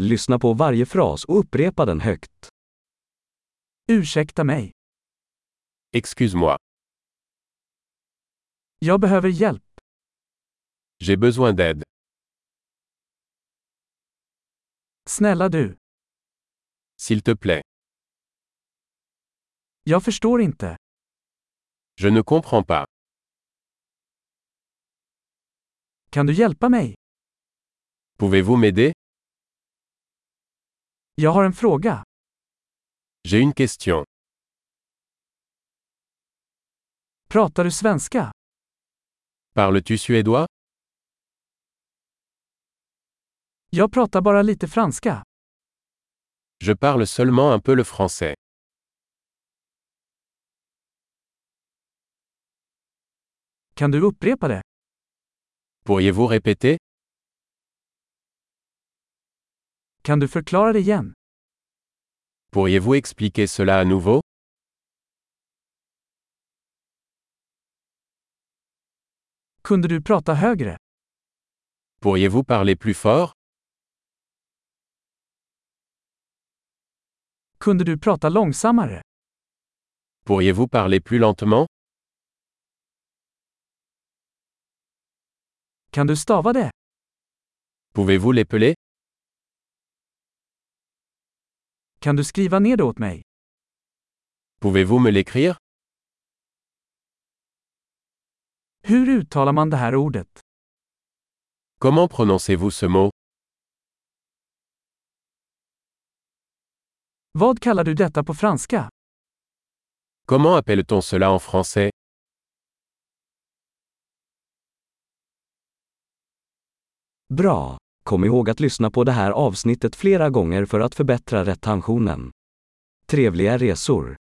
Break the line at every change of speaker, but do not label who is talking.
Lyssna på varje fras och upprepa den högt.
Ursäkta mig.
Excuse-moi.
Jag behöver hjälp.
J'ai besoin d'aide.
Snälla du.
S'il te plaît.
Jag förstår inte.
Je ne comprends pas.
Kan du hjälpa mig?
Pouvez-vous m'aider
Jag har en fråga.
J'ai une question.
Pratar du svenska?
Parles-tu suédois
Jag pratar bara lite franska.
Je parle seulement un peu le français.
Kan du upprepa det?
Pourriez-vous répéter
Kan du förklara det igen?
Pourriez-vous expliquer cela à nouveau
Kunde du prata högre?
Pourriez-vous parler plus fort
Kunde du prata långsammare?
Pourriez-vous parler plus lentement
Kan du stava det?
Pouvez-vous l'épeler
Kan du skriva ner det åt mig?
Pouvez-vous me l'écrire
Hur uttalar man det här ordet?
Comment prononcez-vous ce mot
Vad kallar du detta på franska?
Comment appelle-t-on cela en français
Bra! Kom ihåg att lyssna på det här avsnittet flera gånger för att förbättra retentionen. Trevliga resor!